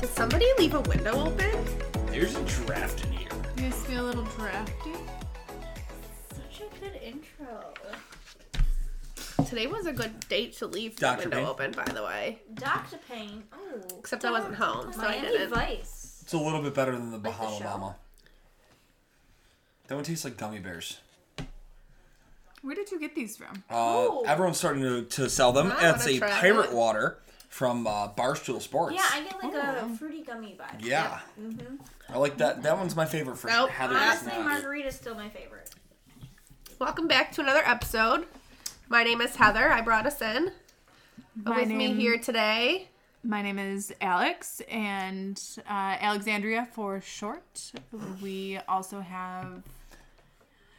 Did somebody leave a window open? There's a draft in here. You guys feel a little drafty? Such a good intro. Today was a good date to leave Dr. the window Payne. open, by the way. Dr. Payne. Oh. Except I wasn't home, so I Miami didn't. Vice. It's a little bit better than the Like the Bahama show? Mama. That one tastes like gummy bears. Where did you get these from? Uh, Ooh. everyone's starting to, to sell them. I it's wanna a try pirate that. water from uh, Barstool Sports. Yeah, I get like uh, a fruity gummy vibe. Yeah. I like that. That one's my favorite for Nope. Heather. is Honestly, not. margarita's still my favorite. Welcome back to another episode. My name is Heather. I brought us in. Uh, My With name- me here today. My name is Alex and uh, Alexandria for short. We also have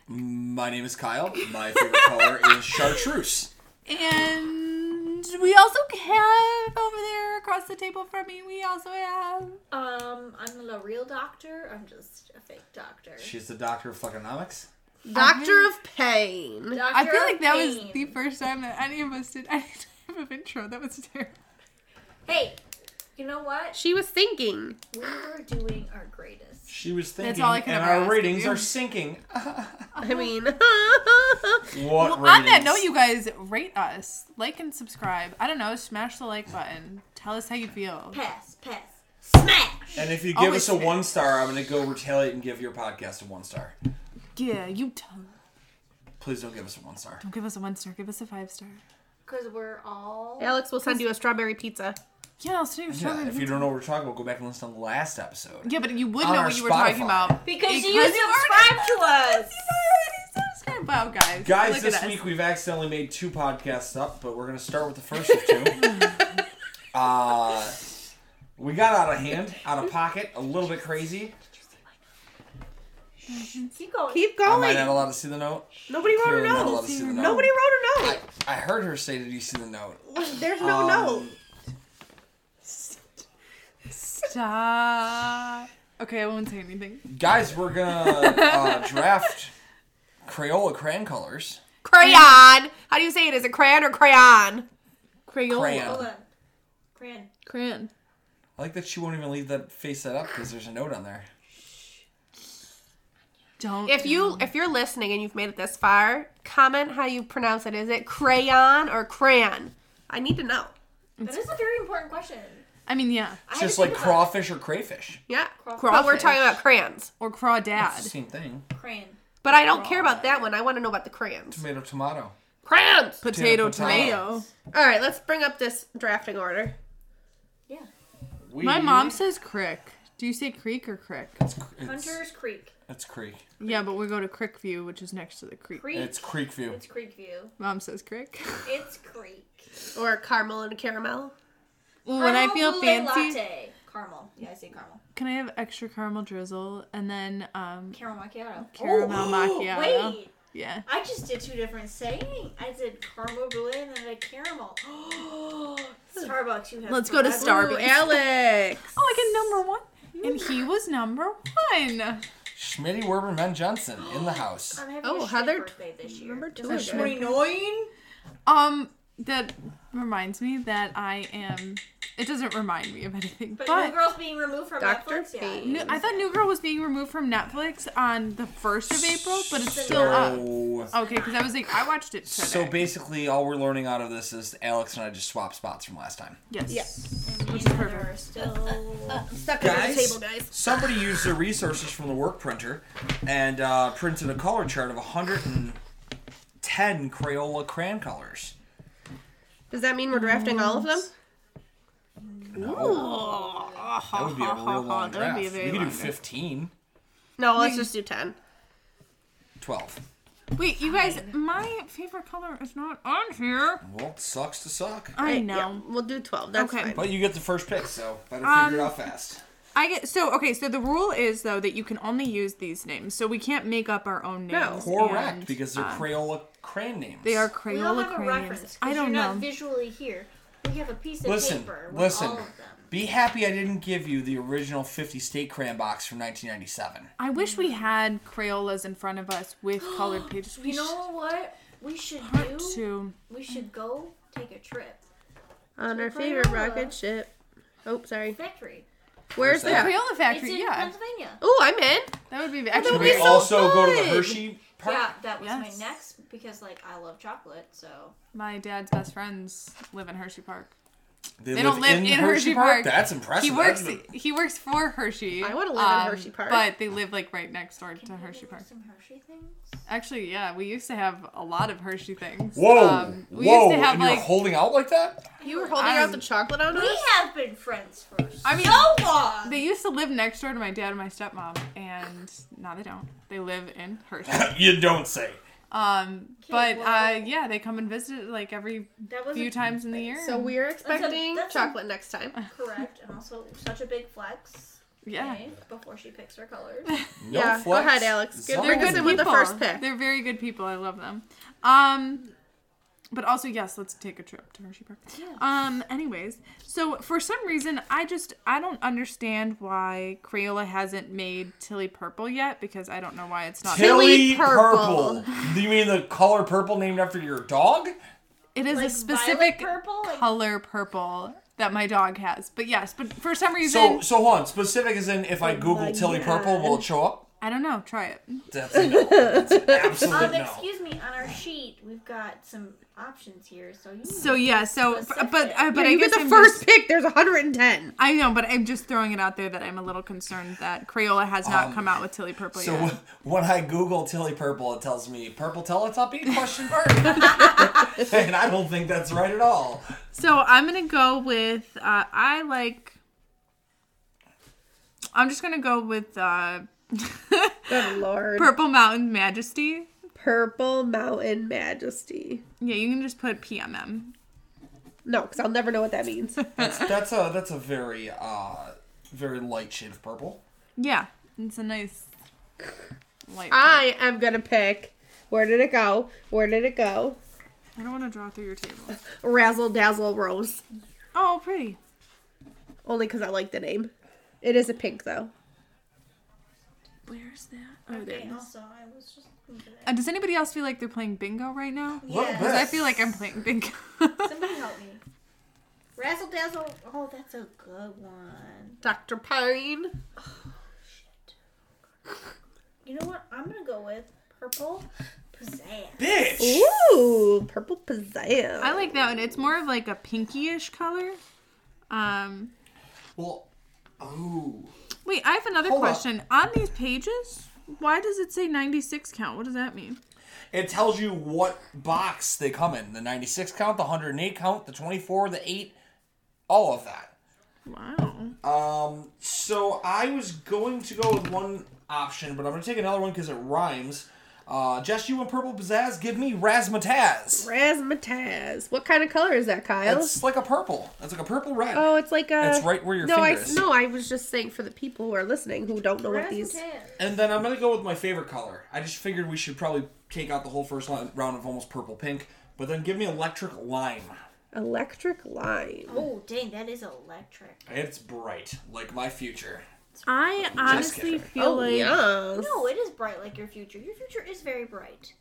My name is Kyle. My favorite color is chartreuse. and we also have over there across the table from me. We also have Um, I'm not a real doctor. I'm just a fake doctor. She's the doctor of fuckonomics. Doctor of Pain. Doctor I feel of like that was Pain. the first time that any of us did any type of intro. That was terrible. Hey, you know what? She was thinking. We were doing our greatest. She was thinking, all I can and ever our ask ratings of you. are sinking. I mean, What Uh-huh. On that note, you guys rate us, like and subscribe. I don't know, smash the like button. Tell us how you feel. Pass, pass, smash. and if you give Always us a sing. one star, I'm going to go retaliate and give your podcast a one star. Yeah, you tell. Please don't give us a one star. Don't give us a one star. Give us a five star. Because we're all. Alex will send you a strawberry pizza. Yeah, I'll send you a Yeah, strawberry. if you don't know what we're talking about, go back and listen to the last episode. Yeah, but you would On know our what you were Spotify. talking about. Because you Because you subscribe to us. Subscribe. Wow, guys. Guys, look this at us. week we've accidentally made two podcasts up, but we're going to start with the first of two. uh, we got out of hand, out of pocket, a little bit crazy. Keep going. Keep Am I going. not allowed to see the note? Nobody wrote Clearly a not allowed note. to see the note. Nobody wrote a note. I heard her say, "Did you see the note?" There's no Um, note. Stop. Okay, I won't say anything. Guys, we're gonna uh, draft Crayola crayon colors. Crayon. How do you say it? Is it crayon or crayon? Crayola. Crayon. Hold on. Cran. Crayon. I like that she won't even leave that face set up because there's a note on there. Don't. If you if you're listening and you've made it this far, comment how you pronounce it. Is it crayon or crayon? I need to know. That is a very important question. I mean, yeah. I It's had to just think like about it. crawfish or crayfish. Yeah, Crawfish. but we're talking about crayons. Or It's the crawdad. same thing. Cran. But I don't care about that one. I want to know about the crayons. Tomato, tomato. Crayons. Potato, Potato, tomato. All right, let's bring up this drafting order. Yeah. We, My mom says crick. Do you say creek or crick? It's, it's, Hunter's Creek. it's creek. Yeah, but we go to Crick View, which is next to the creek. Creek. It's creek view. It's Creek View. Mom says crick. It's Creek. Or caramel and caramel. Ooh, when I Caramel feel brulee fancy, Latte. Caramel. Yeah, I say caramel. can I have extra caramel drizzle and then um Caramel macchiato. caramel Oh, macchiato? wait. Yeah. I just did two different sayings. I did caramel brulee and then I did caramel. Starbucks, you have. Let's go to forever. Starbucks. Ooh, Alex. Oh, I get number one, and he was number one. Schmitty Werber Men Johnson in the house. I'm having Oh, a shit Heather. birthday this year. Number two. That's again. Um, that reminds me that I am. It doesn't remind me of anything, But, but, New Girl's being removed from Dr. Netflix. Yeah. Fate. New- I thought New Girl was being removed from Netflix on the first of April, but it's still up. So, Okay, because I was like, I watched it today. so basically, all we're learning out of this is Alex and I just swapped spots from last time. yes. And Which is me and perfect. Heather are still. Stuck under the guys, table, guys. somebody used their resources from the work printer and uh, printed a color chart of 110 Crayola crayon colors. Does that mean we're drafting all of them? No. Oh, Ha ha That would be a ha ha real ha. long That draft. would be a We very could do long. draft. 15, No, let's just do ten. 12. Wait, you guys, my favorite color is not on here. Well, it sucks to suck. I Right, know. yeah, we'll do twelve. That's Okay. fine. But you get the first pick, so better figure Um, it out fast. I get so okay. So the rule is though that you can only use these names, so we can't make up our own No. names. Correct, and because they're Crayola crane names. They are We don't Crayola have a crayons. reference. I 'cause don't you're know. not visually here. We have a piece of Listen, paper with listen. all of them. Be happy I didn't give you the original 50 state crayon box from 1997. I wish we had Crayolas in front of us with colored pages. We You know what? We should should- do. to We should go take a trip. On our Crayola. favorite rocket ship. Oh, sorry. Factory. Where's that? that? Crayola It's factory. in Yeah, Pennsylvania. Oh, I'm in. that would be actually. Can That'd we be so also go to the fun. Hershey Park? Yeah, that was Yes. my next because like I love chocolate, so My dad's best friends live in Hershey Park. They live don't live in, Hershey Park. That's impressive. He works. That's the- He works for Hershey. um, I wanna live in Hershey Park. but they live like right next door to Can we Hershey get Park. Some Hershey things. Actually, yeah, we used to have a lot of Hershey things. Um, Whoa! we whoa! used to have and like you're holding out like that? You were holding I'm- out the chocolate on We us. have been friends for I mean- so long. They used to live next door to my dad and my stepmom, and now they don't. They live in Hershey. you don't say. Um, but Okay, uh, well- yeah, they come and visit like every that was few times in the year. So we're expecting that's a- chocolate next time. correct, and also such a big flex. yeah. okay, Before she picks her colors. No Yeah, go flex. ahead, Alex. Good- Zone. They're good Bring us in with the first pick. They're very good people. I love them. Um, but also yes, let's take a trip to Hershey Park. Um, anyways, so for some reason, I just I don't understand why Crayola hasn't made Tilly Purple yet because I don't know why it's not. Tilly Tilly purple. Purple. Do you mean the color purple named after your dog? It is a Like specific violet purple, like- color purple that my dog has. But yes, but for some So reason, so hold on. Specific as in Oh if I Google my Tilly purple, will it show up? I don't know. Try it. That's a no. That's an absolute um, no. excuse me. On our sheet, we've got some options here, so you. So yeah, so Specific. but uh, but Yeah, I you get guess the I'm first just- pick. There's 110. I know, but I'm just throwing it out there that I'm a little concerned that Crayola has not Um, come out with Tilly Purple So yet. wh- when I Google Tilly Purple, it tells me purple Teletubby question mark, and I don't think that's right at all. So I'm gonna go with uh, I like. I'm just gonna go with uh, Good lord. Purple Mountain Majesty. Purple Mountain Majesty. Yeah, you can just put PMM. No, because I'll never know what that means. That's that's a that's a very uh very light shade of purple. Yeah, it's a nice light. Ah. I am gonna pick. Where did it go? Where did it go? I don't want to draw through your table. Razzle Dazzle Rose. Oh, pretty. Only because I like the name. It is a pink though. Where's that? Oh, there. Okay, it is. also, I was just. thinking of Uh, it. does anybody else feel like they're playing bingo right now? What Yeah. was I feel like I'm playing bingo. Somebody help me. Razzle dazzle. Oh, that's a good one. Dr. Pine. You know what? I'm gonna go with purple pizzazz. bitch. Ooh, purple pizzazz. I like that one. It's more of like a pinkish color. Um, Well, oh, wait, I have another Hold up. question. On these pages, why does it say 96 count? What does that mean? it tells you what box they come in: the 96 count, the 108 count, the 24, the eight, all of that. Wow. Um, so I was going to go with one option, but I'm gonna take another one because it rhymes. Uh, Jess, you and purple pizzazz, give me razzmatazz. Razzmatazz. What kind of color is that, Kyle? It's like a purple. It's like a purple red. Oh, it's like a. It's right where your no, finger I, is. No, I was just saying for the people who are listening who don't know what Razzle these. dazzle. And then I'm gonna go with my favorite color. I just figured we should probably take out the whole first li- round of almost purple pink, but then give me electric lime. Electric line. Oh, dang, that is electric. It's bright, like my future. I honestly kidding. feel oh, like. yes. No, it is bright like your future. Your future is very bright.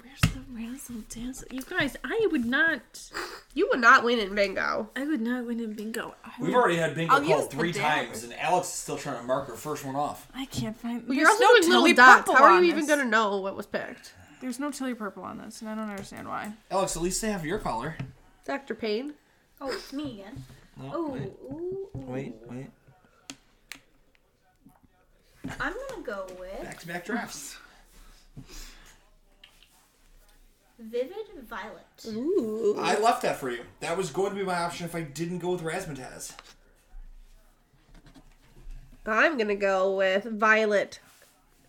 Where's the razzle dazzle? You guys, I would not. You would not win in bingo. I would not win in bingo. I, We've would- already had bingo I'll use called the three dagger. times, and Alex is still trying to mark her first one off. I can't find. Well, you're there's also no doing little Tilly dots. Purple How are on you even this. gonna know what was picked? There's no Tilly Purple on this, and I don't understand why. Alex, at least they have your color. Dr. Payne. Oh, it's me again. No, Oh, wait, ooh, ooh. wait, wait. I'm gonna go with Back to back drafts. vivid violet. Ooh. I left that for you. That was going to be my option if I didn't go with razzmatazz. I'm gonna go with violet,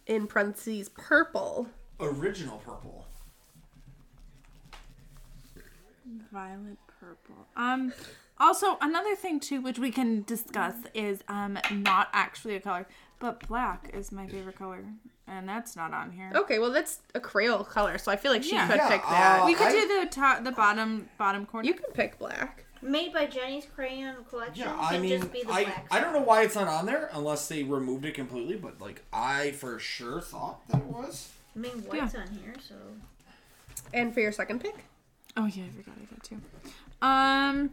in parentheses purple. Original purple. Violet purple. Um also another thing too which we can discuss is um not actually a color, but black is my favorite color and that's not on here. Okay, well that's a Creole color, so I feel like she Yeah. could Yeah, pick that. uh, We could I- do the top the bottom bottom corner. you can pick black. Made by Jenny's Crayon Collection. Yeah, I can mean, just be the I, black I don't know why it's not on there unless they removed it completely, but like I for sure thought that it was. I mean, white's on here, so. And for your second pick, oh yeah, I forgot I got two. Um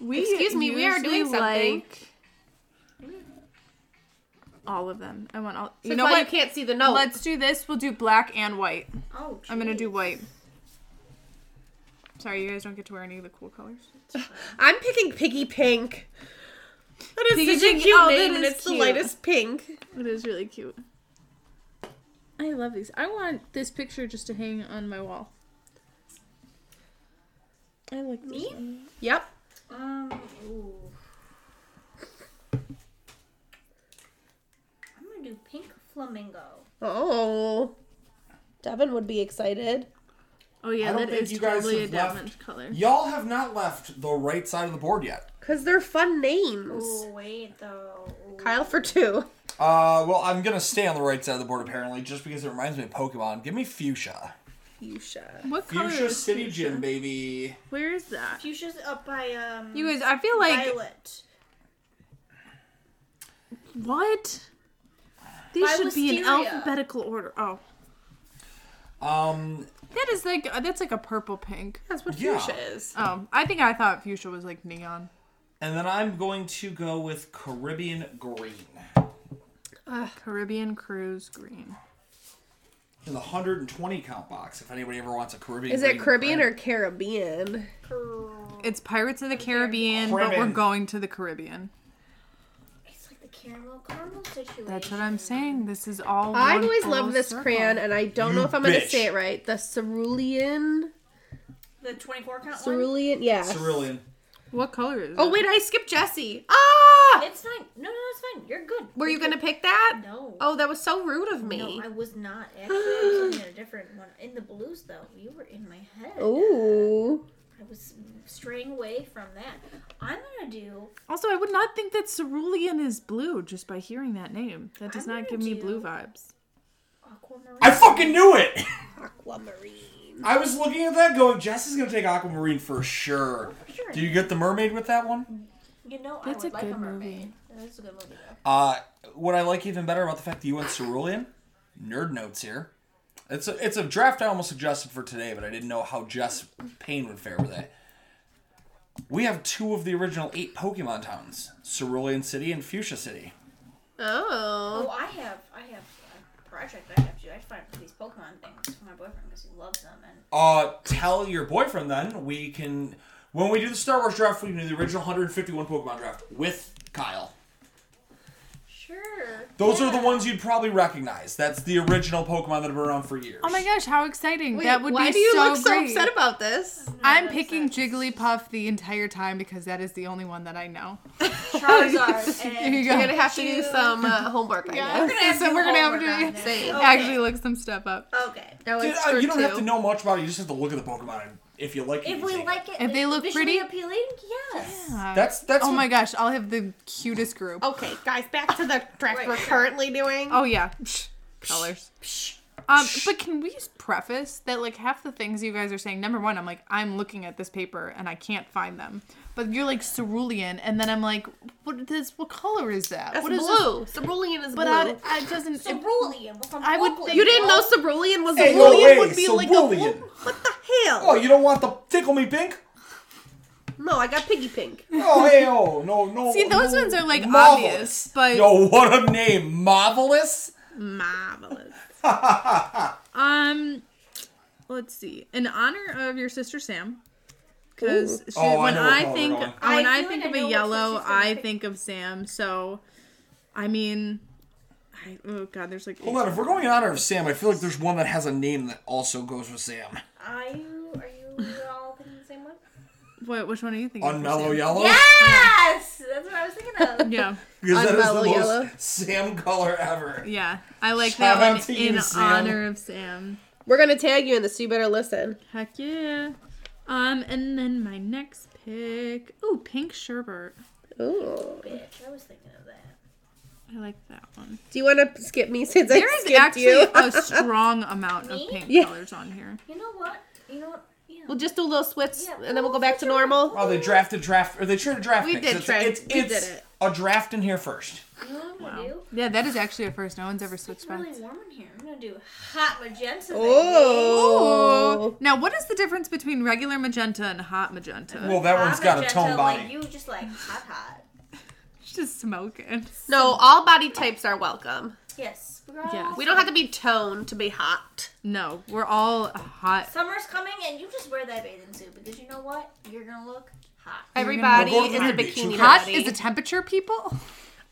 we Excuse me, we are usually doing something. like all of them. I want all. you know why you can't see the note. Let's do this. We'll do black and white. Oh, I'm gonna do jeez. white. Sorry, you guys don't get to wear any of the cool colors. I'm picking Piggy Pink. That is Piggy such a Pink- cute oh, that name, and is it's cute. the lightest pink. It is really cute. I love these. I want this picture just to hang on my wall. I like Me? Yep. Um, ooh. I'm gonna do pink flamingo. Oh, Devin would be excited. Oh I yeah, don't that think is you guys totally a have left- diamond color. Y'all have not left the right side of the board yet. Because they're fun names. Oh, wait, though. Ooh. Kyle for two. Uh, well, I'm gonna stay on the right side of the board apparently, just because it reminds me of Pokemon. Give me fuchsia. Fuchsia. What color Fuchsia is City fuchsia? Gym, baby. Where is that? Fuchsia's up by, um. You guys, I feel like Violet. what? These By should be in Wisteria. alphabetical order. Oh, Um, that is like uh, that's like a purple pink. That's what Yeah. fuchsia is. Um, I think I thought fuchsia was like neon. and then I'm going to go with Caribbean green Caribbean cruise green. in the 120 count box. If anybody ever wants a Caribbean, Is it Caribbean or Caribbean? Curl. It's Pirates of the Caribbean, but we're Caribbean. going to the Caribbean. It's like the caramel caramel situation. That's what I'm saying. This is all. I one always full love this circle. crayon, and I don't know You if I'm going to bitch. say it right. The cerulean. The 24 count one? Cerulean, yeah. Cerulean? What color is? Oh, it? wait, I skipped Jesse. Ah! It's fine. No, no, it's fine. You're good. Were you going to pick that? No. Oh, that was so rude of No, me. I was not. Actually, I was looking at a different one. In the blues, though, you were in my head. Oh. Ooh. I was straying away from that. I'm gonna do. Also, I would not think that cerulean is blue just by hearing that name. That does I'm not gonna give me do- blue vibes. Aquamarine. I fucking knew it. Aquamarine. I was looking at that, going, Jess is gonna take Aquamarine for sure. Sure. Do you get the mermaid with that one? You know, That's I would a like good a mermaid. movie. That's a good movie. Though. Uh, what I like even better about the fact that you went cerulean, nerd notes here. It's a, it's a draft I almost suggested for today, but I didn't know how Jess Payne would fare with it. We have two of the original eight Pokemon towns: Cerulean City and Fuchsia City. Oh. Uh, Oh, I have, I have a project I have to. do. I have to find these Pokemon things for my boyfriend because he loves them. And Uh, tell your boyfriend then we can. When we do the Star Wars draft, we can do the original 151 Pokemon draft with Kyle. sure. Those are the yeah. ones you'd probably recognize. That's the original Pokemon that have been around for years. Oh my gosh, how exciting! Wait, that would why be do you so look great. so upset about this? I'm picking Jigglypuff the entire time because that is the only one that I know. Charizard. There you And go. You're going to have to do some uh, homework, I Yeah. guess. have So to we're gonna have homework to on that. Same. Okay. actually look some stuff up. Okay. Dude, uh, you don't have to know much about it. You just have to look at the Pokemon. And if you like it, If you we take it. like it, If they look visually pretty- appealing, yes. That's that's. oh what- my gosh, I'll have the cutest group. Okay, guys, back to the draft Right. we're currently doing. Oh yeah, colors. Um, but can we just preface that like half the things you guys are saying? Number one, I'm like I'm looking at this paper and I can't find them. But you're like cerulean, and then I'm like, what this? What color is that? That's what is this? blue. um, Cerulean is But I, blue. I doesn't. it- Cerulean. Well, from I would Oakley, think- you didn't know well, cerulean was Hey, blue. no Cerulean way, would be like a blue. cerulean. What the Oh, hell? you don't want the tickle me pink? No, I got piggy pink. Oh, hey, oh, no, no. See, those no. ones are, like, obvious, but- Yo, what a name, marvelous. Marvelous. Um, let's see. In honor of your sister Sam, because Ooh. Oh, I when know what I color we're think going. when I I, feel like think I of know a what yellow, sister's gonna I pick. think of Sam. So, I mean, I, oh god, there's like Hold on, if we're going in honor of Sam, I feel like there's one that has a name that also goes with Sam. Are you? Are you all thinking the same one? what? Which one are you thinking? On for mellow Sam? yellow. Yes, that's what I was was thinking of. Yeah. Because that is the Unwell most yellow. Sam color ever. Yeah. I like Shout that out one to you, in Sam. honor of Sam. We're gonna tag you in this. so You better listen. Heck yeah. Um, and then my next pick. Ooh, pink sherbet. Ooh. Bitch, I was thinking of that. I like that one. Do you want to skip me since There I is skipped actually you? a strong amount of Me? pink Yeah. colors on here. You know what? You know what? Yeah. we'll just do a little switch, Yeah, and then we'll go we'll back to switch around. normal. Oh, they drafted draft, or they traded draft We picks. did it's, trade- It's, we it's did it. a draft in here first. you know what I'm gonna do? Yeah, that is actually a first. No one's ever switched It's really spots. warm in here. I'm gonna do hot magenta. Oh. Ooh. Now, what is the difference between regular magenta and hot magenta? Well, that one's got a tone body. Like, you just like hot, hot. She's just smoking. No, all body types are welcome. Yes. We're all Yes. We don't have to be toned to be hot. No, we're all hot. Summer's coming, and you just wear that bathing suit because you know what? You're gonna look hot. Everybody We'll go is to the a beach. bikini Hot body. is a temperature, people.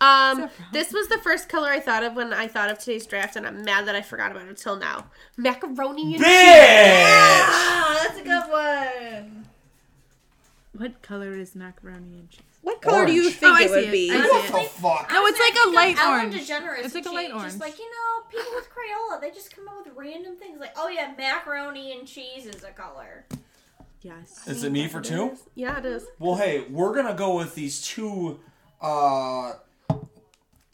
Um, this was the first color I thought of when I thought of today's draft, and I'm mad that I forgot about it until now. Macaroni and Bitch! Ah, that's a good one. What color is macaroni and cheese? What color do you Orange. think Oh, I it see would it. be? I see What it. the fuck? No, it's like a light Ellen orange. DeGeneres. It's like a and light she- orange. Just like you know, people with Crayola, they just come up with random things like, oh yeah, macaroni and cheese is a color. Yes. Is it me for two? Yeah, it is. Well, hey, we're gonna go with these two. Uh,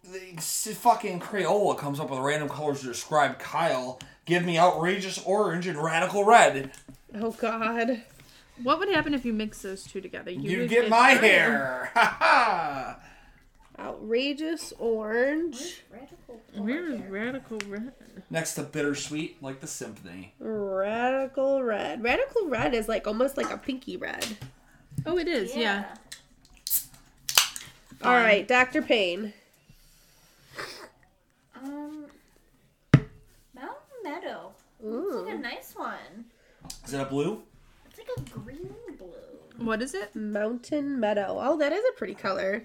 the s- fucking Crayola comes up with random colors to describe Kyle. Give me outrageous orange and radical red. Oh God. What would happen if you mix those two together? You would get my hair. Ha ha. Outrageous orange, Radical. Where is color. radical red? Next to bittersweet, like the symphony. radical red. Radical red is like almost like a pinky red. Oh, it is. Yeah. All right, Dr. Payne. Um, Mountain Meadow. It's like a Ooh. nice one. Is it a blue? It's like a green blue. What is it? Mountain meadow. Oh, that is a pretty color.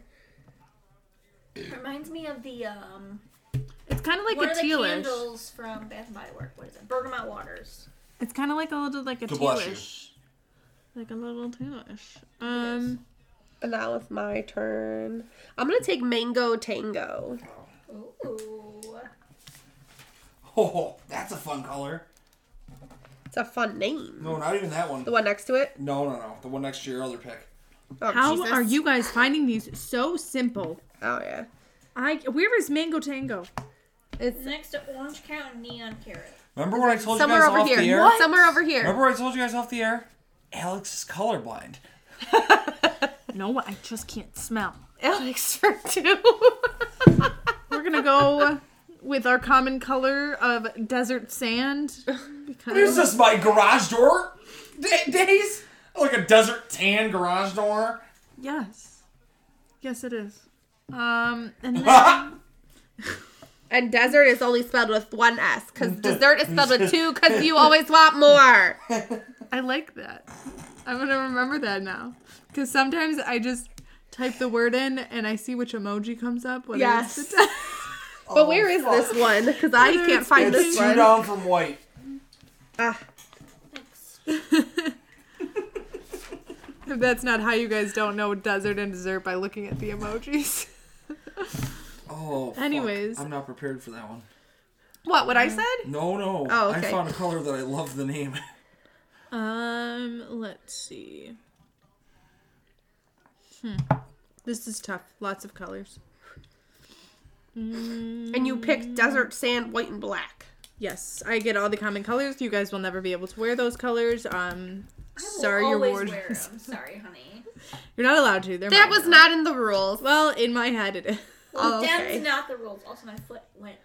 Reminds me of the um It's kind of like one a of the tealish. candles from Bath and Body Work. What is it? Bergamot Waters. It's kind of like a little like a To bless you. tealish. Like a little tealish. Um, And now it's my turn. I'm gonna take mango tango. Ooh. Oh, that's a fun color. It's a fun name. No, not even that one. The one next to it. No, no, no. The one next to your other pick. Oh, how Jesus. are you guys finding these so simple? Oh yeah. I where is mango tango? It's Next to Orange County Neon Carrot. Remember when I told you somewhere guys over off the here. air? Somewhere over here. Remember when I told you guys off the air? Alex is colorblind. No, I just can't smell. Alex for two. We're gonna go with our common color of desert sand Is because this my garage door? Da- days? Like a desert tan garage door? yes, yes it is. Um, and then, Ha! and desert is only spelled with one S because dessert is spelled with two because you always want more. I like that. I'm gonna remember that now because sometimes I just type the word in and I see which emoji comes up. whether it's Yes. the- But where is this one? Because I Whether can't it's find It's this two one. down from white. Ah, If that's not how you guys don't know desert and dessert by looking at the emojis. Oh. fuck. Anyways. I'm not prepared for that one. what? What I said? No, no. Oh, okay. I found a color that I love the name. Um, let's see. Hmm. This is tough. Lots of colors. And you picked desert sand, white and black. Yes, I get all the common colors. You guys will never be able to wear those colors. Um, I will sorry, your always ward. wear 'em. Sorry, honey. You're not allowed to. They're That mine. was not in the rules. Well, in my head, it is. Oh, okay. That's not the rules. Also, my foot went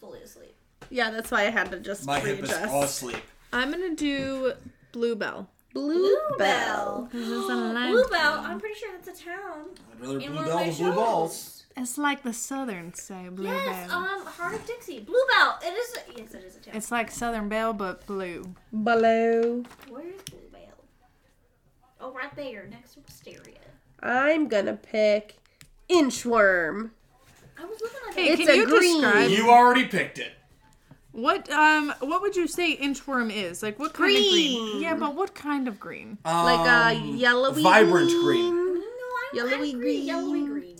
fully asleep. Yeah, that's why I had to just My hip is all readjust. asleep. I'm gonna do bluebell. Bluebell. Bluebell. Bluebell. I'm pretty sure that's a town. I'd rather In blue one bell of my than blue shows. balls. It's like the Southerns say bluebell. Yes, um, Heart of Dixie. Bluebell. It is. A, yes, it is a town. it's like Southern Belle but blue. Blue. Where is Bluebell? Oh, right there, next to Wisteria. I'm gonna pick inchworm. I was looking at Hey, it. It's can a you green. describe You already picked it. What um what would you say inchworm is? Like what kind of Green. green? Yeah, but what kind of green? Um, Like uh, a yellowy Vibrant green. green. No, I'm, Yellowy I'm green. Yellowy green. green.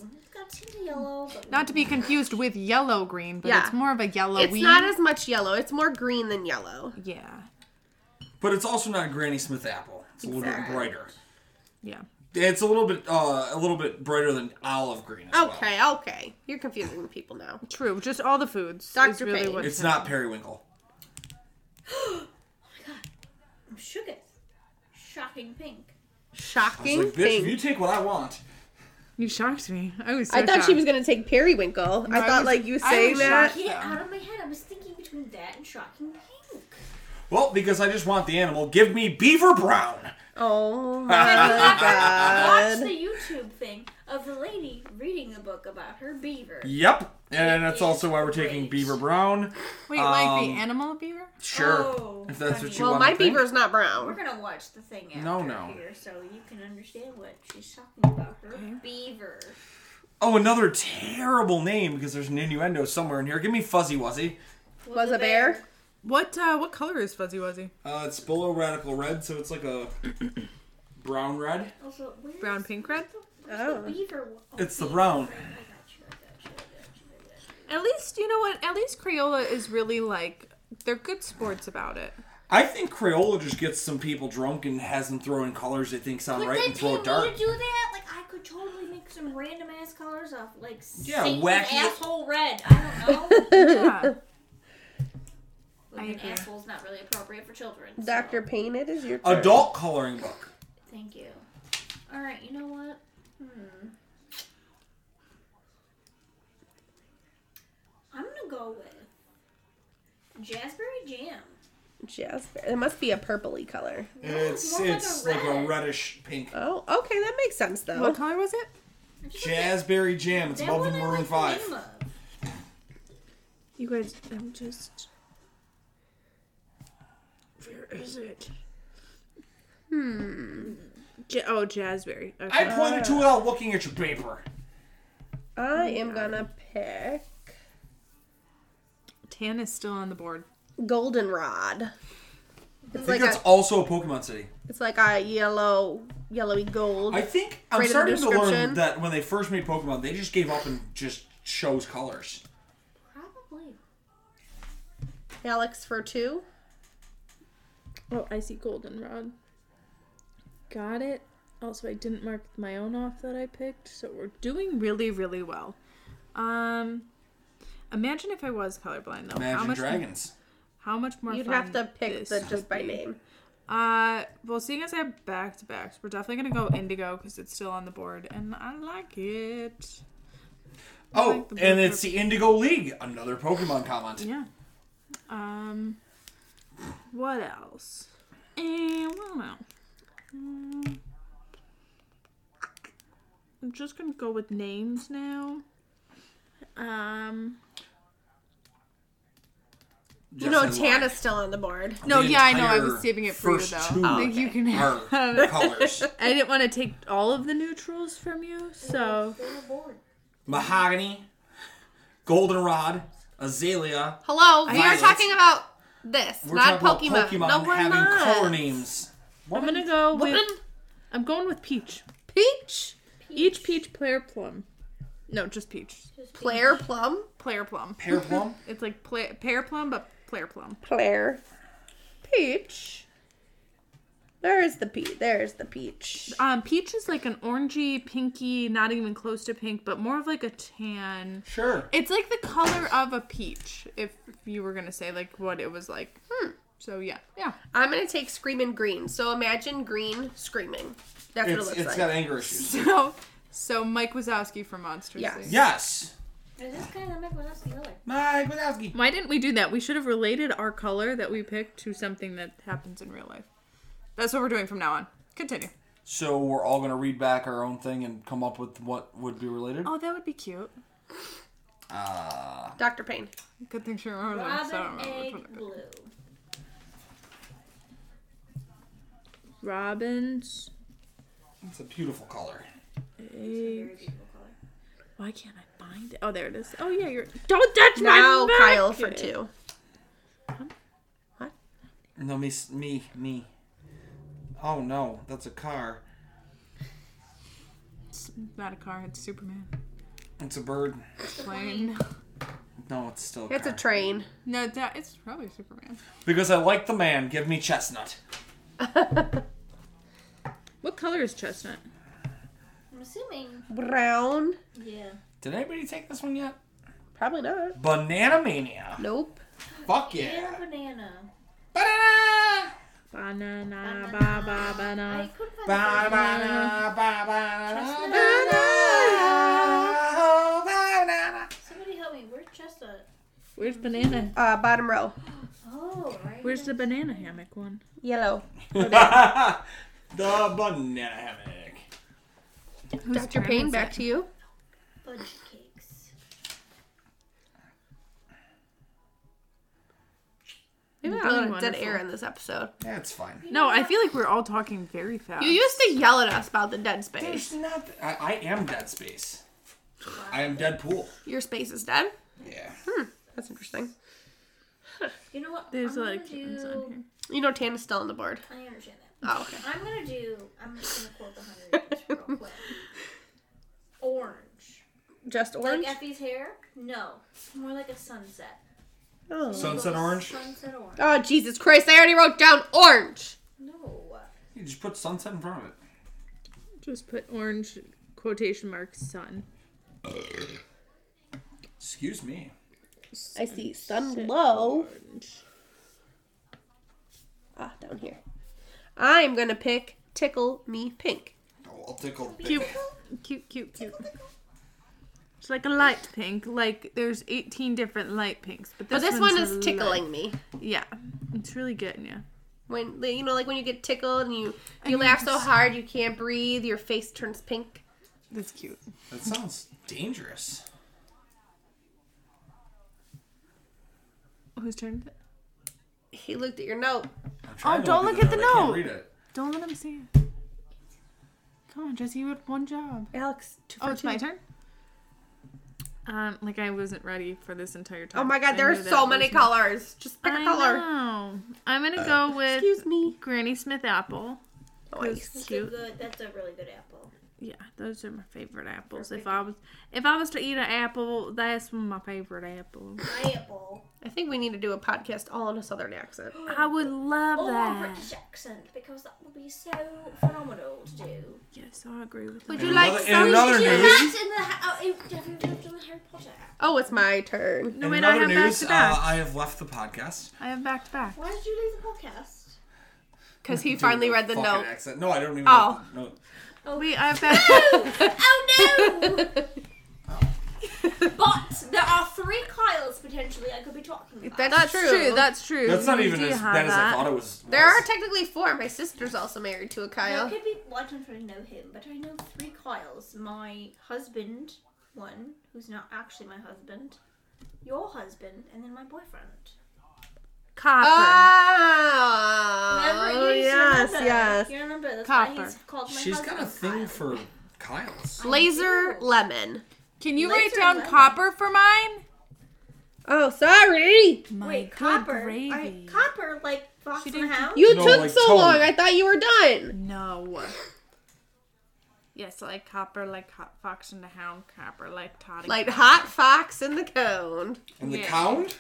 tint of yellow, but Not to be confused with yellow green, but Yeah. it's more of a yellowy. It's not as much yellow. It's more green than yellow. yeah, But it's also not a Granny Smith apple. It's a little Exactly. bit brighter. yeah. It's a little bit uh, a little bit brighter than olive green. As Well. Okay, okay. You're confusing people now. True. Just all the foods. Dr. Payne. what's It's not periwinkle. I'm shook it. Shocking pink. I was Shocking like, bitch, if you thing. take what I want. You shocked me. I was. So I thought she shocked. was gonna take periwinkle. I I thought was- like you I saying was that. shocked. Get it Yeah. out of my head. I was thinking between that and shocking pink. Well, because I just want the animal. Give me beaver brown. Oh my Watch god. the YouTube thing of the lady reading the book about her beaver. Yep. And that's is also why we're taking great. beaver brown. Wait, like the Um, animal beaver? Sure. Oh, if that's funny. what you Well, want. my to think. beaver's not We're brown. gonna watch the thing after No, no. here, so you can understand what she's talking about. Her beaver. Oh, another terrible name because there's an innuendo somewhere in here. Give me Fuzzy Wuzzy. Was a bear. What uh, what color is Fuzzy Wuzzy? Uh, it's below radical red, so it's like a brown red. Also, where's Brown, pink, red. Oh. oh. the beaver? one? Oh, It's the beaver. brown. I got you, I got you, I got you, I got you. At least you know what. At least Crayola is really like they're good sports about it. I think Crayola just gets some people drunk and has them throw in colors they think sound But right then and throw people dark. who do that, like I could totally make some random ass colors off, like Yeah, Satan's wacky- asshole red. I don't know. Yeah. I mean, agree. asshole's not really appropriate for children. so- Dr. Payne, it is your turn. Adult coloring book. Thank you. All right, you know what? Hmm. I'm gonna go with Jazzberry Jam. Jasper. It must be a purpley color. It's more like it's a like a red. reddish pink. Oh, okay, that makes sense though. What color was it? I just like that- Jazzberry jam. It's that above the one I maroon like the five. name of. You guys, I'm just. Where is it? Hmm. J- oh, Jazzberry. I Okay. pointed to it without looking at your paper. I am gonna pick Tan is still on the board. goldenrod. I It's think like that's a, also a Pokemon City. it's like a yellow, yellowy gold. I think I'm Right in the starting to learn description. that when they first made Pokemon, they just gave up and just chose colors. Probably. Alex for two. Oh, I see goldenrod. Got it. Also, I didn't mark my own off that I picked, so we're Doing really really well. Um, imagine if I was colorblind though. how Imagine much Dragons. How much more? You'd fun have to pick this the just would by be. name. Uh, well, seeing as I have back to backs, we're definitely gonna go indigo because it's still on the board, and I like it. Oh, like the blue and it's the Indigo League. Another Pokemon comment. Yeah. Um. What else? Eh, well, no. Mm. I'm just gonna go with names now. Um. You know, Tana's still on the board. No, yeah, I know. I was saving it for you though. Oh, I think you can have. Are colors. I didn't want to take all of the neutrals from you, so They were bored. Mahogany, goldenrod, azalea. Hello, we are Violet. talking about this, We're not talking Pokemon. about Pokemon No, we're having not. color names. I'm gonna go with. Woman, I'm going with peach. peach, Each peach player plum. No, just peach. player plum, Player plum. Pear plum. It's like pla- pear plum, but player plum. player, peach. There is the peach. There is the peach. Um, peach is like an orangey, pinky, not even close to pink, but more of like a tan. Sure. It's like the color of a peach, if you were gonna say like what it was like. Hmm. So yeah, yeah. I'm gonna take screaming green. So imagine green screaming. That's It's, what it it's looks got like. anger issues. So, so Mike Wazowski from Monsters. Yeah. Inc. Yes. Is this kind of like what else the other? Mike Wazowski. Why didn't we do that? We should have related our color that we picked to something that happens in real life. That's what we're doing from now on. Continue. So we're all gonna read back our own thing and come up with what would be related. Oh, that would be cute. Uh, Dr. Payne. Good thing she remembered that. So I don't Robin remember which egg one. blue. Robins. it's a beautiful color. Very beautiful color. Why can't I find it? Oh, there it is. Oh yeah, you're. Don't touch my Now marker! Kyle for two. No, me, s- me, me. Oh no, that's a car. It's not a car. It's Superman. It's a bird. Plane. No, it's still. A It's a car. train. No, that it's probably Superman. because I like the man. Give me chestnut. What color is chestnut? I'm assuming. Brown. Yeah. Did anybody take this one yet? Probably not. Banana mania. Nope. Fuck And a yeah. banana. Banana. Banana, ba ba I banana. could find Ba the banana. banana. Ba banana. Chestnut. Banana. Banana. Somebody help me. Where's Chestnut? Where's banana? Uh, bottom row. Oh, right. Where's the banana hammock one? Yellow. the banana hammock. Dr. Payne, back to you. fudge cakes? Maybe You're I'm doing on a uh, dead wonderful. air in this episode. That's fine. No, I feel like we're all talking very fast. You used to yell at us about the dead There's space. not. I, I am Dead Space. I am Deadpool. Your space is dead? Yeah. Hmm. That's interesting. You know what? There's I'm like gonna kittens do... on here. You know Tana's still on the board. I understand that. Oh, okay. I'm gonna do. I'm just gonna quote the Hunger Games real quick. Orange. Just orange? Like Effie's hair? No. More like a sunset. Oh. Sunset orange. Sunset orange. oh, Jesus Christ. I already wrote down orange. No. You just put sunset in front of it. Just put orange quotation marks sun. Excuse me. I see sun low. Orange. Ah, down here. I'm going to pick Tickle Me Pink. Oh, I'll tickle. Cute, cute, cute, cute. It's like a light pink. like there's 18 different light pinks, but But this, this one one's a is light- tickling me. Yeah, it's really good. Yeah. When you know, like when you get tickled and you you laugh so hard you can't breathe, your face turns pink. That's cute. That sounds dangerous. Whose turn is it? He looked at your note. I'm trying Oh, to don't look at the I can't note. read it. Don't let him see it. Come on, Jesse, you had one job. Alex, two Oh, for it's two. my turn? Um, like I wasn't ready for this entire time. Oh my I god, there are knew so that many was not- colors. Just pick a I color. know. I'm gonna go with Excuse me. Granny Smith apple. Nice. That's a Cute. good. That's a really good apple. Yeah, those are my favorite apples. If I was if I was to eat an apple, that's my favorite apple. My apple. I think we need to do a podcast all in a southern accent. I would love Oh, a that. British accent because that would be so phenomenal to do. Yes, I agree with that. Would you In like another- in some? another Did you news- not in the ha- oh, it- have you lived in the Harry Potter app? Oh, it's my turn. No, In wait, I other have back news, to uh, back. I have left the podcast. I have back to back. Why did you leave the podcast? Because he finally read the Fucking note. Accent. No, I don't even. Oh. Know the note. Wait, I have back to back. Oh no! but there are three Kyles potentially I could be talking about. That's, That's true. true. That's true. That's not We even do as have bad as I that. thought it was. there are was. technically four. My sister's also married to a There Kyle. could be. Well, I don't really know him, but I know three Kyles. My husband, one who's not actually my husband, your husband, and then my boyfriend. Copper. Oh, Remember? You yes, remember. yes. You remember? That's why he's Copper. called my She's husband. got a thing Kyle. for Kyle's. Blazer lemon. Can you Laser write down lemon. copper for mine? Oh, sorry. My Wait, good copper. gravy. I- copper, like fox She and the didn't- hound. You No, took like so tone. long. I thought you were done. No. Yes, like copper, like hot fox and the hound, copper, like Todd. And Like copper. hot fox in the cone. And the Yeah. count?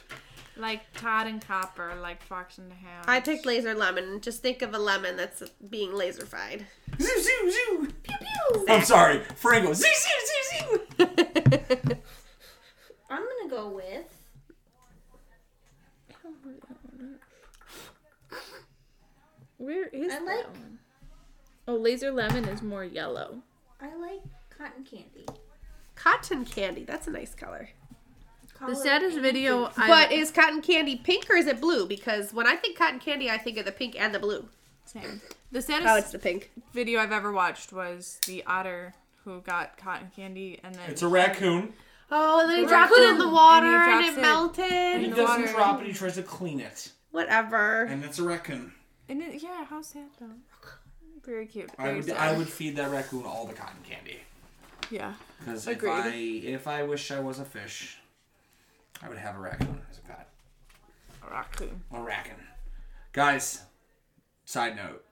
like Todd and copper, like fox and the hound. I picked laser lemon. Just think of a lemon that's being laserfied. Zoo, zoo, zoo. Pew, pew. I'm sorry. Frango. Zoo, zoo, zoo, zoo. I'm gonna go with. Where is I that like- one? Oh, laser lemon is more yellow. I like cotton candy. Cotton candy. That's a nice color. Call The it saddest Oh, anything. video I But is cotton candy pink or is it blue? Because when I think cotton candy, I think of the pink and the blue. Same. Oh, The it's saddest the pink. video I've ever watched was the otter who got cotton candy and then It's a raccoon. Oh, and then he Dropped dropped it in it. the water And he and, drops it it. He melted. And- doesn't water. drop it. He tries to clean it. Whatever. And it's a raccoon. And it, yeah, how sad though. Very cute. I very would, sad. I would feed that raccoon all the cotton candy. Yeah. Because if Agreed. I if I wish I was a fish, I would have a raccoon as a pet. A raccoon. A raccoon. Guys, side note.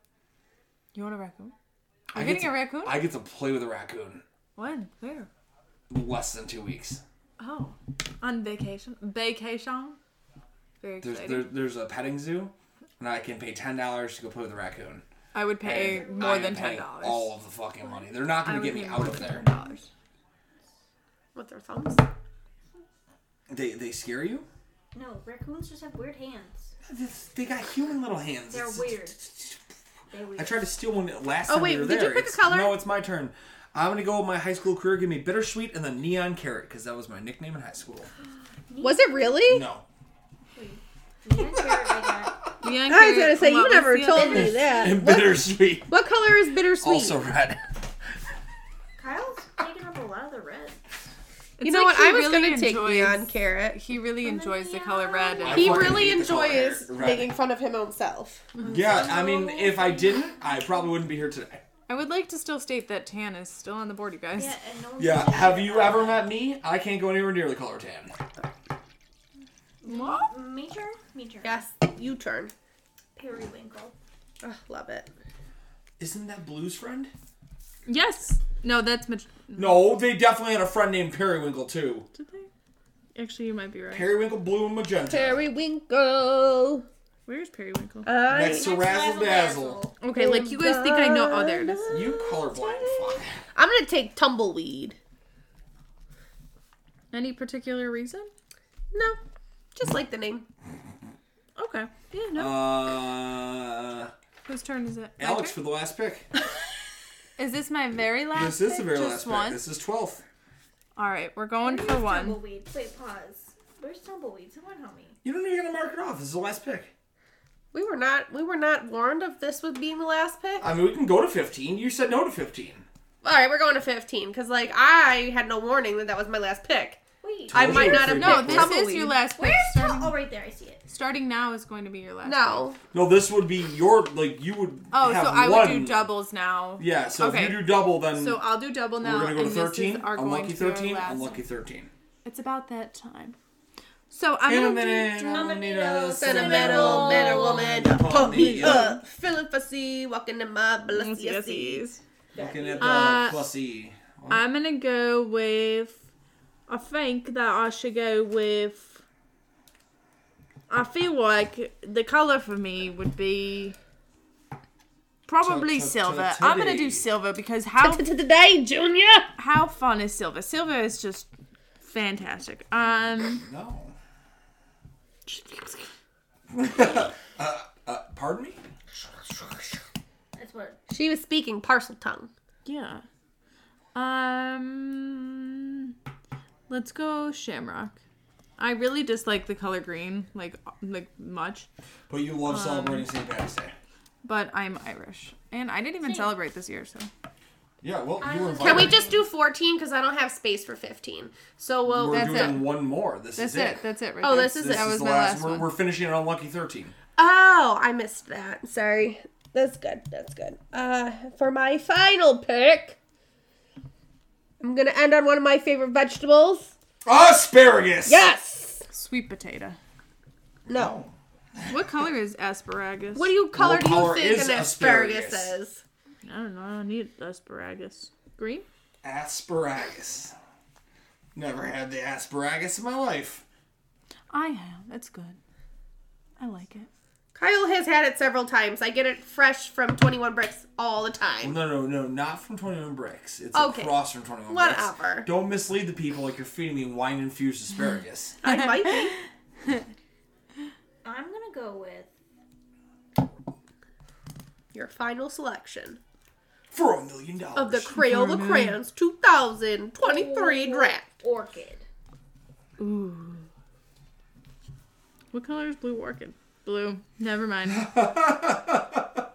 You want a raccoon? I'm getting a raccoon? I get to play with a raccoon. When? Where? less than two weeks. Oh, on vacation. Vacation. Very There's exciting. there, there's a petting zoo, and I can pay ten dollars to go play with a raccoon. I would pay And I more am than ten paying dollars. All of the fucking money. They're not I going would to get me pay out more of than there. $10. with their thumbs. They they scare you. No, raccoons just have weird hands. This- They got human little hands. They're It's- weird. They weird. I tried to steal one last Oh, time wait, we were did you there. pick a It's- color? No, it's my turn. I'm gonna go with my high school career. Give me bittersweet and then neon carrot because that was my nickname in high school. Was it really? No, Me and Jared, I got Bianca, I was gonna say what you was never the told other- me that. and What, bittersweet what color is bittersweet? also red. Kyle's taking up a lot of the red. you It's know what? like he I was really gonna take enjoys- neon carrot. He really enjoys the color red. I He fucking really hate the color enjoys red. making fun of him himself. Yeah, I mean, if I didn't, I probably wouldn't be here today. I would like to still state that tan is still on the board, you guys. Yeah, and no one Yeah, have you ever met me? I can't go anywhere near the color tan. What? Major? Major. Yes, U turn. Periwinkle. Ugh, love it. Isn't that Blue's friend? Yes. No, that's much. No, they definitely had a friend named Periwinkle too. Did they? Actually, you might be right. Periwinkle, blue, and magenta. Periwinkle. Where's Periwinkle? Uh, Next I, to Razzle Dazzle. Okay, like you guys think I know. Oh, there it is. You colorblind fuck. I'm gonna take tumbleweed. Any particular reason? No, just like the name. Okay. Yeah. No. Uh, Whose turn is it? My Alex for turn? the last pick. Is this my very last? This is pick? the very last Just one? pick. This is 12th. All right, we're going Where's for one. Tumbleweed? Wait, pause. Where's tumbleweed? Someone help me. You don't even gotta mark it off. This is the last pick. We were not we were not warned of this with being the last pick. I mean, we can go to 15. You said no to 15. All right, we're going to 15 because like I had no warning that that was my last pick. Wait. I might not have Totally No, agree. picked this is your tumbleweed. last pick. Where's Starting, Tum- Oh, right there. I see it. starting now is going to be your last. pick. No, No, this would be your, like, you would. Oh, have so I one. would do doubles now. Yeah, so Okay. if you do double, then So I'll do double now. we're gonna go to and this is 13. our going Unlucky to our 13. last- Unlucky 13. It's about that time. So I'm gonna. Do, I'm gonna need a sentimental man or woman to pump me up. Feeling fussy, walking in my Yes, yes, blessings. yes. Looking at the Uh, plus E. I'm gonna go with. I think that I should go with. I feel like the color for me would be probably Tut, tut, silver. tut, I'm gonna do tutty. silver because how To the day, Junior. how fun is silver? Silver is just fantastic. Um, No. uh, uh, pardon me? That's what. She was speaking parcel tongue. yeah. Um, let's go shamrock. I really dislike the color green, like like much. But you Um, love celebrating St. Patrick's Day. but I'm Irish. And I didn't even celebrate this year, so. Yeah, well, you were invited. Can we just do 14? Because I don't have space for 15. So we'll. We're That's doing it. one more. This That's is it. it. That's it. Right Oh, there. this is This it. That is was the my last. last we're, one. we're finishing on Lucky 13. Oh, I missed that. Sorry. That's good. That's good. Uh, for my final pick, I'm gonna end on one of my favorite vegetables. Asparagus! Yes. Sweet potato. No. What color is asparagus? What do you color What do you color think is an asparagus, asparagus? is? I don't know. I don't need asparagus. Green? Asparagus. Never had the asparagus in my life. I have. That's good. I like it. Kyle has had it several times. I get it fresh from 21 Bricks all the time. No, no, no, not from 21 Bricks. It's Okay. across from 21 Bricks. Whatever. Don't mislead the people like you're feeding me wine infused asparagus. I might be. I'm gonna go with. Your final selection For a million dollars. of the Crayola Crayons 2023 draft. Orchid. Ooh. What color is blue orchid? Blue. Never mind. Oh,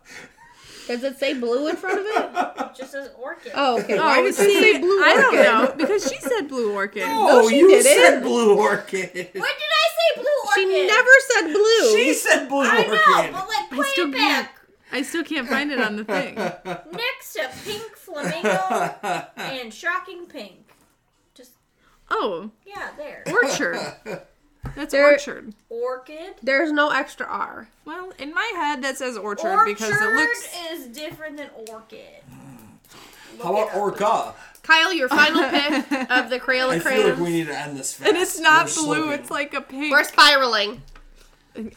Does it say blue in front of it? It just says orchid. Oh, okay. Oh, Why does it see, say blue? I don't orchid? know because she said blue orchid. Oh, she you did it. said blue orchid. When did I say blue orchid? She never said blue. She said blue I know, orchid. but like, I play still it can't. back. I still can't find it on the thing. Next to pink flamingo and shocking pink. Just Oh, yeah, there. orchard. That's There- orchard. Orchid. There's no extra R. Well, in my head that says orchard, Orchard because it looks is different than orchid. How about orca? Kyle, your final pick of the Crayola I feel like crayons. we need to end this fast. And it's not We're blue, slipping. it's like a pink. We're spiraling.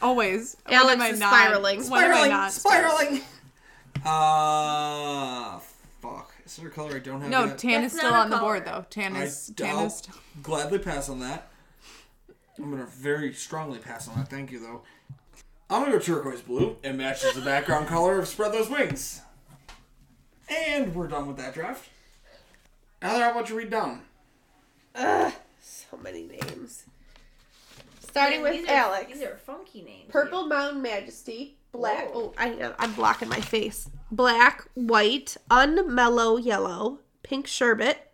Always. When Alex am I is not? spiraling. When am I not? spiraling. Uh, fuck. Is there a color I don't have? No, yet? Tan That's is still not a on the board color. though. Tan I is Tan doubt- is still gladly pass on that. I'm gonna very strongly pass on that. Thank you though. I'm gonna go turquoise blue. It matches the background color of Spread Those Wings. And we're done with that draft. Heather, how about you read down? So many names. Starting with These are- Alex. These are funky names. Purple Mountain Majesty. Black. Oh, Whoa. I, I'm blocking my face. Black, white, unmellow yellow, pink sherbet,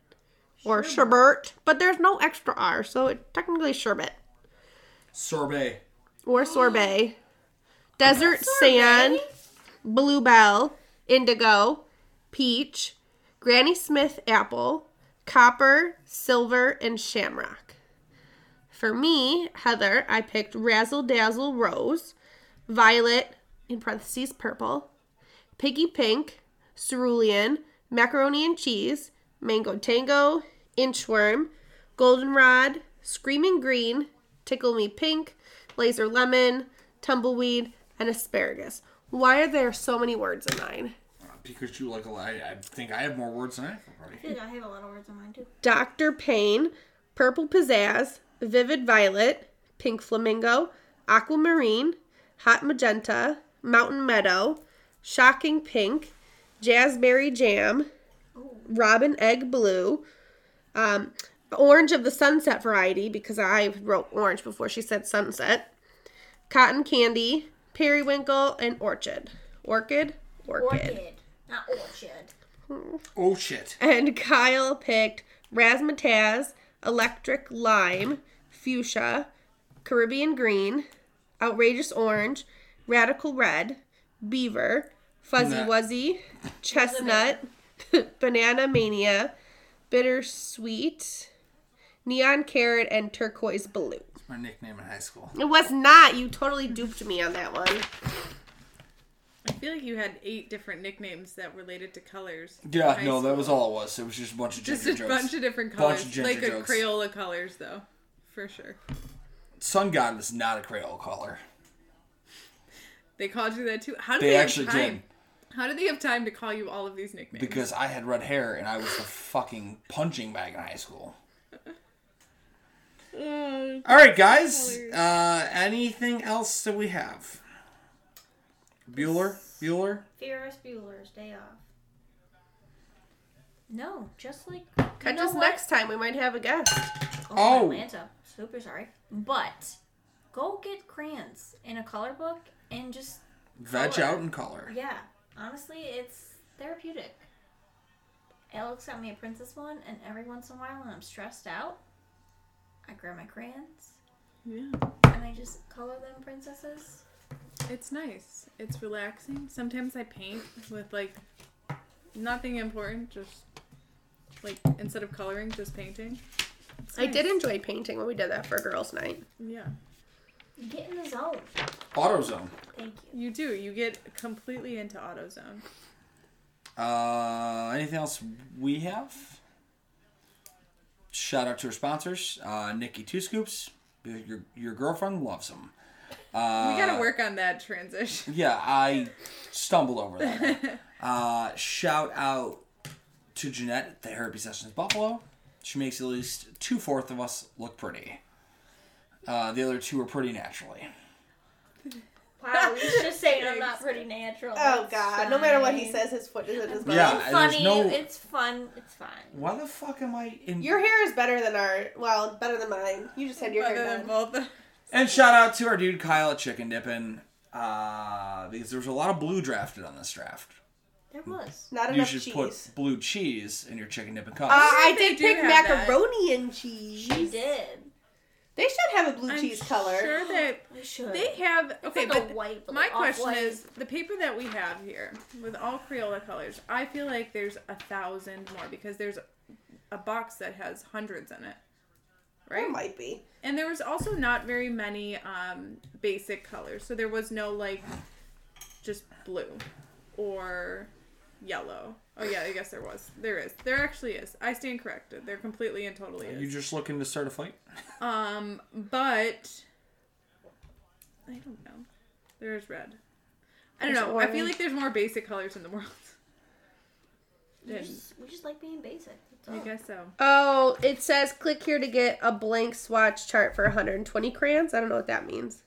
or sherbet, but there's no extra R, so it technically sherbet Sorbet. or sorbet. Desert sand, bluebell, indigo, peach, Granny Smith apple, copper, silver, and shamrock. For me, Heather, I picked Razzle Dazzle Rose, Violet, in parentheses, purple, Piggy Pink, Cerulean, Macaroni and Cheese, Mango Tango, Inchworm, Goldenrod, Screaming Green, Tickle Me Pink, Laser Lemon, Tumbleweed, and Asparagus. Why are there so many words in mine? Uh, Pikachu like a lot. I, I think I have more words than I everybody. feel like I have a lot of words on mine too. Dr. Payne, Purple Pizzazz, Vivid Violet, Pink Flamingo, Aquamarine, Hot Magenta, Mountain Meadow, Shocking Pink, Jazzberry Jam, Robin Egg Blue, um, Orange of the Sunset variety, because I wrote orange before she said sunset, Cotton Candy, Periwinkle, and Orchid. Orchid? Orchid. Orchid, not orchard. Oh shit. And Kyle picked Razzmatazz, Electric Lime, Fuchsia, Caribbean Green, Outrageous Orange, Radical Red, Beaver, Fuzzy Nah. Wuzzy, Chestnut, Banana Mania, Bittersweet, Neon Carrot, and Turquoise Blue. It's my nickname in high school. It was not. You totally duped me on that one. I feel like you had eight different nicknames that related to colors. Yeah, High no, that school. was all it was. It was just a bunch of Just ginger a jokes. bunch of different Bunch colors, of ginger like a jokes. Crayola colors, though, for sure. Sun God is not a Crayola color. They called you that too. How did They they, have actually time? did. How did they have time to call you all of these nicknames? Because I had red hair and I was the fucking punching bag in high school. All right, guys. Uh, anything else that we have? Bueller, Bueller. Ferris Bueller's Day Off. No, just like Catch you know us what? next time. We might have a guest. Oh. Atlanta. Super sorry, but go get crayons in a color book and just Veg Color. out in color. yeah. Honestly, it's therapeutic. Alex got me a princess one, and every once in a while, when I'm stressed out, I grab my crayons yeah, and I just color them princesses. it's nice. It's relaxing. Sometimes I paint with like nothing important, just like instead of coloring, just painting. It's I nice. did enjoy painting when we did that for girls' night. Yeah, Get in the zone. AutoZone. Thank you. you do. You get completely into AutoZone. Uh, anything else we have? Shout out to our sponsors, uh, Nikki Two Scoops. Your, your girlfriend loves them. we gotta work on that transition. Yeah, I stumbled over that. uh, shout out to Jeanette at Therapy Sessions Buffalo. She makes at least two fourths of us look pretty. Uh, the other two are pretty naturally. Wow, he's just saying I'm not pretty natural. Oh That's God! No matter what he fine. says, his foot is in his mouth. Yeah, it's there's funny. no- It's fun. It's fine. Why the fuck am I in? Your hair is better than our. Well, better than mine. You just had your Other hair than done. both. and shout out to our dude Kyle at Chicken Dippin' uh, because there was a lot of blue drafted on this draft. There was. Not You enough should cheese. put blue cheese in your chicken dipping cup. uh, I They did do pick have that. macaroni and cheese. She did. They should have a blue cheese color. Sure that We should. They have okay, like a but white- my off-white. question is the paper that we have here with all Crayola colors. I feel like there's a thousand more because there's a box that has hundreds in it, There right? might be. and there was also not very many um, basic colors, so there was no like just blue or yellow. Oh yeah, I guess there was. There is. There actually is. I stand corrected. There completely and totally Are is. you just looking to start a fight? Um, but I don't know. There's red. I don't There's know. I feel orange. like there's more basic colors in the world. We Didn't. just, we just like being basic. That's all. I guess so. Oh, it says click here to get a blank swatch chart for 120 crayons. I don't know what that means.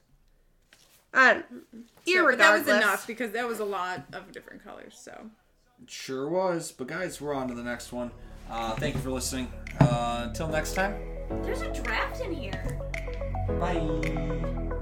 Um, So, irregardless. but that was enough because that was a lot of different colors. So It sure was. But guys, we're on to the next one. Uh, thank you for listening. Uh, until next time. There's a draft in here. Bye.